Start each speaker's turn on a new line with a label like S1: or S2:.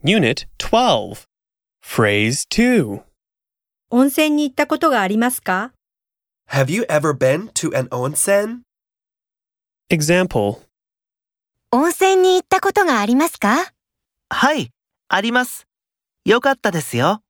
S1: Unit 12. Phrase 2.
S2: 温泉に行ったことがありますか
S3: Have you ever been to an onsen?
S1: Example
S4: 温泉に行ったことがありますか
S5: はい、あります。よかったですよ。